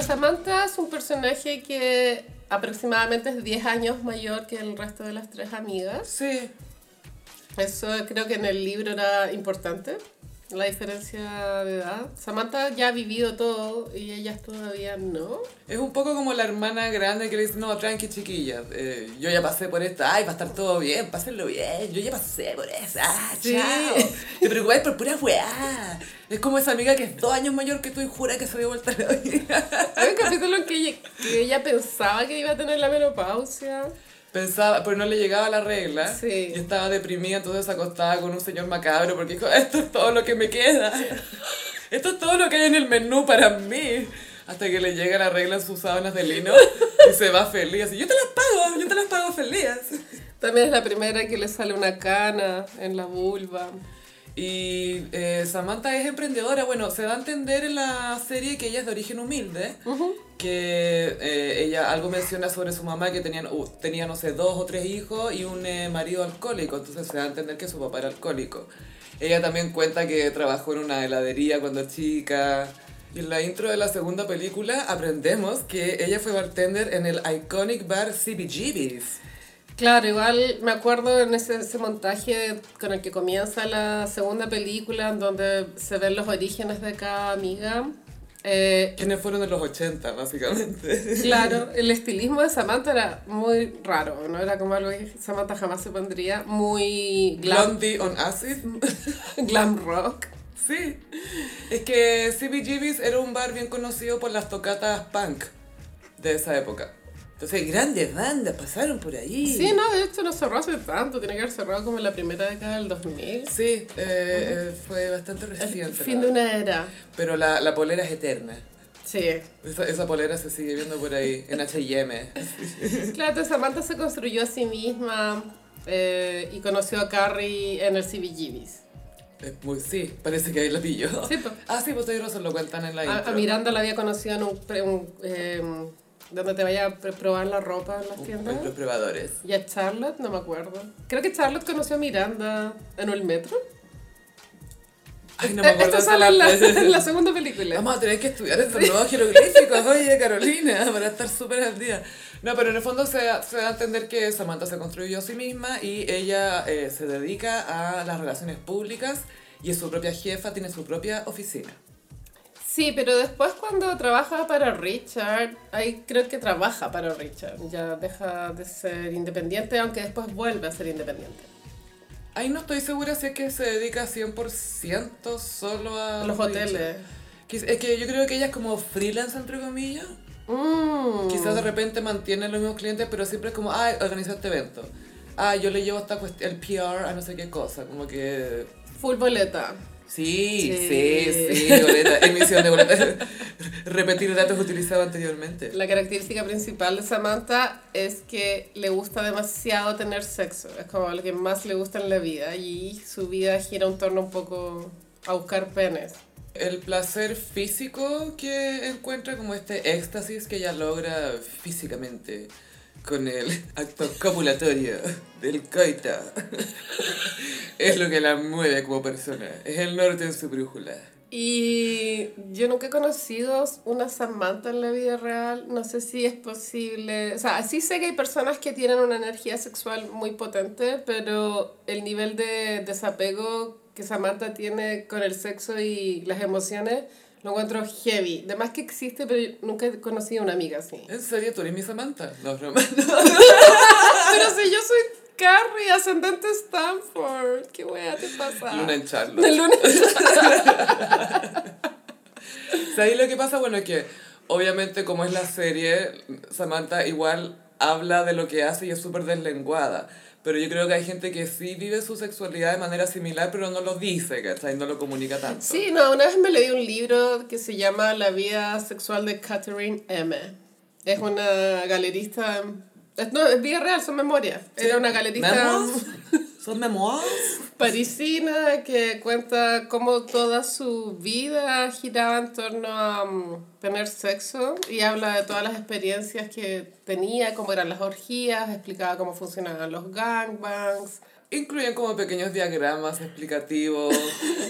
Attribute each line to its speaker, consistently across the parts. Speaker 1: Samantha es un personaje que aproximadamente es 10 años mayor que el resto de las tres amigas.
Speaker 2: Sí.
Speaker 1: Eso creo que en el libro era importante, la diferencia de edad. Samantha ya ha vivido todo y ellas todavía no.
Speaker 2: Es un poco como la hermana grande que le dice, no, tranqui chiquilla, eh, yo ya pasé por esto, ay, va a estar todo bien, pásenlo bien, yo ya pasé por eso, ah,
Speaker 1: Sí.
Speaker 2: chao. Te preocupáis por pura weá. Es como esa amiga que es dos años mayor que tú y jura que se dio vuelta la vida.
Speaker 1: Hay un capítulo en que ella, que ella pensaba que iba a tener la menopausia.
Speaker 2: Pensaba, pero no le llegaba la regla.
Speaker 1: Sí.
Speaker 2: Y estaba deprimida, entonces acostada con un señor macabro porque dijo, esto es todo lo que me queda. Esto es todo lo que hay en el menú para mí. Hasta que le llega la regla en sus sábanas de lino y se va feliz. Así, yo te las pago, yo te las pago feliz.
Speaker 1: También es la primera que le sale una cana en la vulva.
Speaker 2: Y eh, Samantha es emprendedora. Bueno, se da a entender en la serie que ella es de origen humilde. Que eh, ella algo menciona sobre su mamá que tenían, uh, tenía, no sé, dos o tres hijos y un eh, marido alcohólico. Entonces se da a entender que su papá era alcohólico. Ella también cuenta que trabajó en una heladería cuando chica. Y en la intro de la segunda película aprendemos que ella fue bartender en el iconic bar CBGB's.
Speaker 1: Claro, igual me acuerdo en ese, ese montaje con el que comienza la segunda película, en donde se ven los orígenes de cada amiga. Eh,
Speaker 2: Quienes fueron de los 80, básicamente.
Speaker 1: claro, el estilismo de Samantha era muy raro, ¿no? Era como algo que Samantha jamás se pondría, muy glam,
Speaker 2: Blondie on acid.
Speaker 1: glam rock.
Speaker 2: Sí, es que CBGB's era un bar bien conocido por las tocatas punk de esa época. Entonces, grandes bandas pasaron por ahí.
Speaker 1: Sí, no, de hecho no cerró hace tanto, tiene que haber cerrado como en la primera década del 2000.
Speaker 2: Sí, eh, eh, fue bastante
Speaker 1: El
Speaker 2: reciente.
Speaker 1: fin
Speaker 2: la-
Speaker 1: de una era.
Speaker 2: Pero la, la polera es eterna.
Speaker 1: Sí.
Speaker 2: Esa, esa polera se sigue viendo por ahí, en H&M.
Speaker 1: Claro, entonces Samantha se construyó a sí misma eh, y conoció a Carrie en el CBGB's.
Speaker 2: Es muy, sí, parece que ahí la pillo.
Speaker 1: Sí, Ah, po.
Speaker 2: Ah, sí, pues tienes razón, lo cuentan en la
Speaker 1: A, a
Speaker 2: intro.
Speaker 1: Miranda la había conocido en un... pre- un, eh, donde te vaya a pre- probar la ropa en las tiendas.
Speaker 2: Los probadores.
Speaker 1: Y a Charlotte, no me acuerdo. Creo que Charlotte conoció a Miranda en el metro.
Speaker 2: Ay, no me
Speaker 1: Eh,
Speaker 2: acuerdo.
Speaker 1: Esto
Speaker 2: de
Speaker 1: sale en la, en la
Speaker 2: la-
Speaker 1: segunda película.
Speaker 2: Vamos a tener que estudiar estos nuevos jeroglíficos, oye Carolina, para estar súper al día. No, pero en el fondo se, se da a entender que Samantha se construyó a sí misma y ella eh, se dedica a las relaciones públicas y es su propia jefa, tiene su propia oficina.
Speaker 1: Sí, pero después cuando trabaja para Richard, ahí creo que trabaja para Richard. Ya deja de ser independiente, aunque después vuelve a ser independiente.
Speaker 2: Ahí no estoy segura si es que se dedica 100% solo a...
Speaker 1: A los hoteles.
Speaker 2: Quiz- Es que yo creo que ella es como freelance, entre comillas.
Speaker 1: Mm.
Speaker 2: Quizás de repente mantienen los mismos clientes, pero siempre es como, ah, organiza este evento. Ah, yo le llevo esta cuest- el PR a no sé qué cosa. Como que
Speaker 1: Full boleta.
Speaker 2: Sí,
Speaker 1: Sí.
Speaker 2: sí, sí, boleta, emisión de boleta. Repetir datos utilizados anteriormente.
Speaker 1: La característica principal de Samantha es que le gusta demasiado tener sexo. Es como lo que más le gusta en la vida. Y su vida gira en torno un poco a buscar penes.
Speaker 2: El placer físico que encuentra como este éxtasis que ella logra físicamente con el acto copulatorio del coito es lo que la mueve como persona. Es el norte en su brújula.
Speaker 1: Y yo nunca he conocido una Samantha en la vida real. No sé si es posible. O sea, sí sé que hay personas que tienen una energía sexual muy potente, pero el nivel de desapego que Samantha tiene con el sexo y las emociones lo encuentro heavy. Además que existe, pero yo nunca he conocido una amiga así.
Speaker 2: ¿En serio tú eres mi Samantha? No, broma.
Speaker 1: Pero si yo soy Carrie, ascendente Stanford, ¿qué wea te pasa?
Speaker 2: Luna en Charlotte.
Speaker 1: De luna.
Speaker 2: ¿Sabéis lo que pasa? Bueno, es que obviamente como es la serie, Samantha igual habla de lo que hace y es súper deslenguada. Pero yo creo que hay gente que sí vive su sexualidad de manera similar, pero no lo dice, ¿cachai? No lo comunica tanto.
Speaker 1: Sí, no, una vez me leí un libro que se llama La vida sexual de Catherine M. Es una galerista. es- No, es vida real, son memorias. Era una galerista
Speaker 2: ¿Memoirs? ¿Son memoirs?
Speaker 1: parisina que cuenta cómo toda su vida giraba en torno a mm, tener sexo y habla de todas las experiencias que tenía, cómo eran las orgías, explicaba cómo funcionaban los gangbangs,
Speaker 2: incluyen como pequeños diagramas explicativos.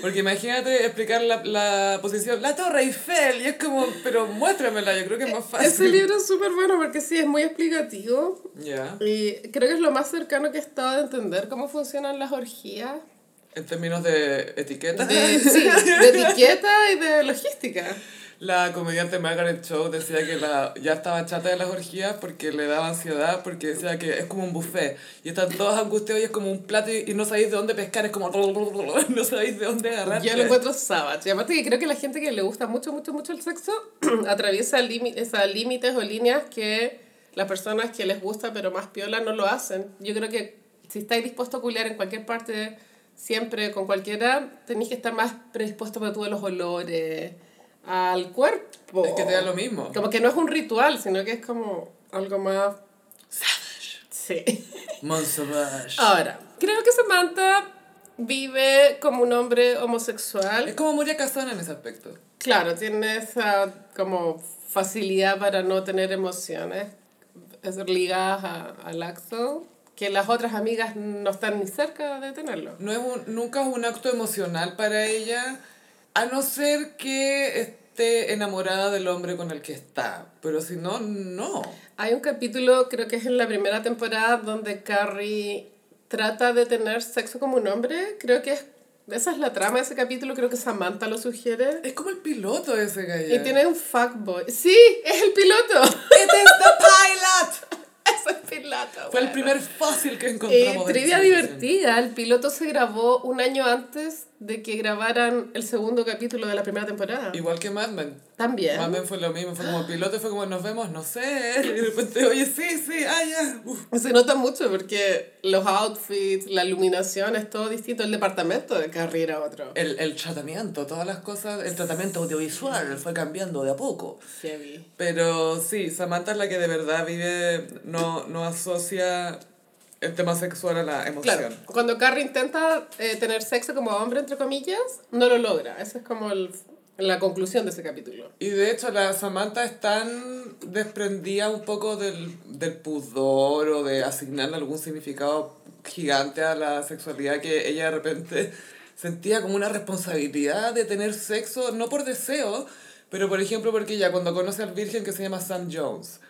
Speaker 2: Porque imagínate explicar la, la posición, la Torre Eiffel, y es como, pero muéstramela, yo creo que es más fácil.
Speaker 1: Ese libro es súper bueno porque sí, es muy explicativo.
Speaker 2: Ya.
Speaker 1: Y Eh, creo que es lo más cercano que he estado de entender cómo funcionan las orgías.
Speaker 2: En términos de etiqueta.
Speaker 1: De, sí, de etiqueta y de logística.
Speaker 2: La comediante Margaret Cho decía que la, ya estaba chata de las orgías porque le daba ansiedad, porque decía que es como un buffet. Y están todos angustiados y es como un plato y, y no sabéis de dónde pescar, es como... No sabéis de dónde agarrar.
Speaker 1: Yo lo encuentro savage. Y aparte que creo que la gente que le gusta mucho, mucho, mucho el sexo atraviesa lími- esa límites o líneas que las personas que les gusta pero más piola no lo hacen. Yo creo que si estáis dispuesto a culiar en cualquier parte, siempre, con cualquiera, tenéis que estar más predispuesto para tú a los olores, al cuerpo.
Speaker 2: Es que te da lo mismo.
Speaker 1: Como que no es un ritual, sino que es como algo más... Sí.
Speaker 2: Monsauvage.
Speaker 1: Ahora, creo que Samantha vive como un hombre homosexual.
Speaker 2: Es como Moria Casana en ese aspecto.
Speaker 1: Claro, tiene esa como facilidad para no tener emociones es ligadas a- al acto, que las otras amigas no están ni cerca de tenerlo.
Speaker 2: No es un- nunca es un acto emocional para ella, a no ser que esté enamorada del hombre con el que está. Pero si no, no.
Speaker 1: Hay un capítulo, creo que es en la primera temporada, donde Carrie trata de tener sexo como un hombre. Creo que es, esa es la trama de ese capítulo, creo que Samantha lo sugiere.
Speaker 2: Es como el piloto de ese gallo.
Speaker 1: Y tiene un fuckboy. Sí, es el piloto.
Speaker 2: ¡It is the pilot!
Speaker 1: Eso es piloto.
Speaker 2: Fue el
Speaker 1: bueno.
Speaker 2: primer fósil que
Speaker 1: Eh,
Speaker 2: encontramos.
Speaker 1: trivia
Speaker 2: en esa canción.
Speaker 1: divertida. El piloto se grabó un año antes de que grabaran el segundo capítulo de la primera temporada.
Speaker 2: Igual que Mad Men.
Speaker 1: También.
Speaker 2: Mad Men fue lo mismo, fue como piloto, fue como nos vemos, no sé. Y de repente, oye, sí, sí, ah, ya. Uf.
Speaker 1: Se nota mucho porque los outfits, la iluminación es todo distinto. El departamento de Carrie era otro.
Speaker 2: El, el tratamiento, todas las cosas, el tratamiento audiovisual fue cambiando de a poco.
Speaker 1: Heavy.
Speaker 2: Pero sí, Samantha es la que de verdad vive, no, no asocia el tema sexual a la emoción.
Speaker 1: Claro, cuando Carrie intenta eh, tener sexo como hombre, entre comillas, no lo logra. Esa es como el- la conclusión de ese capítulo.
Speaker 2: Y de hecho, la Samantha es tan desprendida un poco del, del pudor o de asignarle algún significado gigante a la sexualidad que ella de repente sentía como una responsabilidad de tener sexo, no por deseo, pero por ejemplo porque ella cuando conoce al virgen que se llama Sam Jones.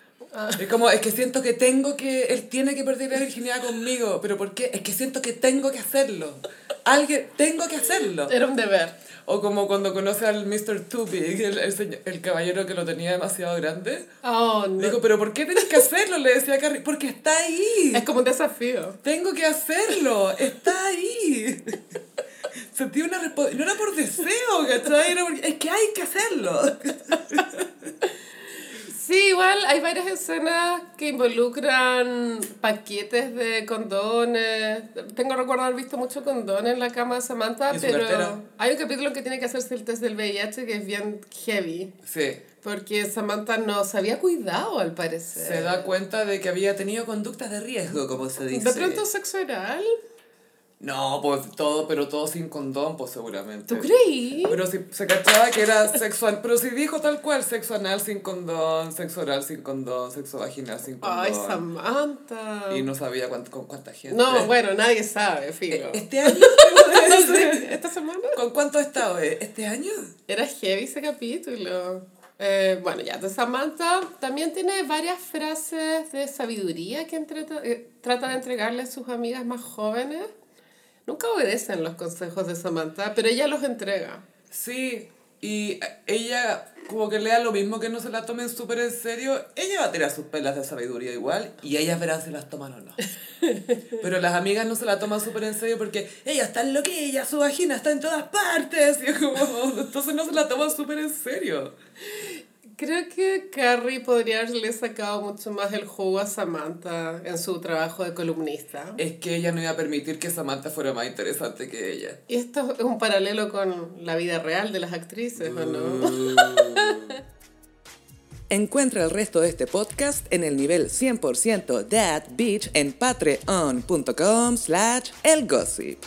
Speaker 2: Es como, es que siento que tengo que, él tiene que perder la virginidad conmigo, pero ¿por qué? Es que siento que tengo que hacerlo. Alguien, tengo que hacerlo.
Speaker 1: Era un deber.
Speaker 2: O como cuando conoce al Mr. Too Big, el, el, señor- el caballero que lo tenía demasiado grande.
Speaker 1: Oh, no.
Speaker 2: Le digo, pero ¿por qué tenés que hacerlo? Le decía a Carrie, porque está ahí.
Speaker 1: Es como un desafío.
Speaker 2: Tengo que hacerlo. Está ahí. Sentí una respuesta. No era por deseo, ¿cachai? Era porque, es que hay que hacerlo.
Speaker 1: Sí, igual hay varias escenas que involucran paquetes de condones. Tengo recuerdo haber visto mucho condones en la cama de Samantha,
Speaker 2: ¿Y su
Speaker 1: pero
Speaker 2: cartera?
Speaker 1: hay un capítulo que tiene que hacerse el test del VIH que es bien heavy,
Speaker 2: Sí.
Speaker 1: porque Samantha no se había cuidado al parecer.
Speaker 2: Se da cuenta de que había tenido conductas de riesgo, como se dice.
Speaker 1: de pronto sexo oral.
Speaker 2: No, pues todo, pero todo sin condón, pues seguramente.
Speaker 1: ¿Tú creí?
Speaker 2: Pero si se cachaba que era sexo an- Pero si dijo tal cual, sexo anal sin condón, sexo oral sin condón, sexo vaginal sin condón.
Speaker 1: Ay, Samantha.
Speaker 2: Y no sabía cuánt- con cuánta gente.
Speaker 1: No, bueno, nadie sabe,
Speaker 2: Eh,
Speaker 1: filo.
Speaker 2: Este año. tengo que decir,
Speaker 1: ¿Esta semana?
Speaker 2: ¿Con cuánto he estado? eh? ¿Este año?
Speaker 1: Era heavy ese capítulo. Eh, bueno, ya, de Samantha también tiene varias frases de sabiduría que entreta- eh, trata de entregarle a sus amigas más jóvenes. Nunca obedecen los consejos de Samantha, pero ella los entrega.
Speaker 2: Sí. Y eh, ella, como que lea lo mismo que no se la tomen súper en serio, ella va a tirar sus pelas de sabiduría igual y ellas verán si las toman o no. Pero las amigas no se la toman súper en serio porque ella está loquilla, su vagina está en todas partes. Y es como, entonces no se la toman súper en serio.
Speaker 1: Creo que Carrie podría haberle sacado mucho más el jugo a Samantha en su trabajo de columnista.
Speaker 2: Es que ella no iba a permitir que Samantha fuera más interesante que ella.
Speaker 1: Y esto es un paralelo con la vida real de las actrices, ¿o no?
Speaker 3: Encuentra el resto de este podcast en el nivel 100% That Beach en patreon.com slash elgossip.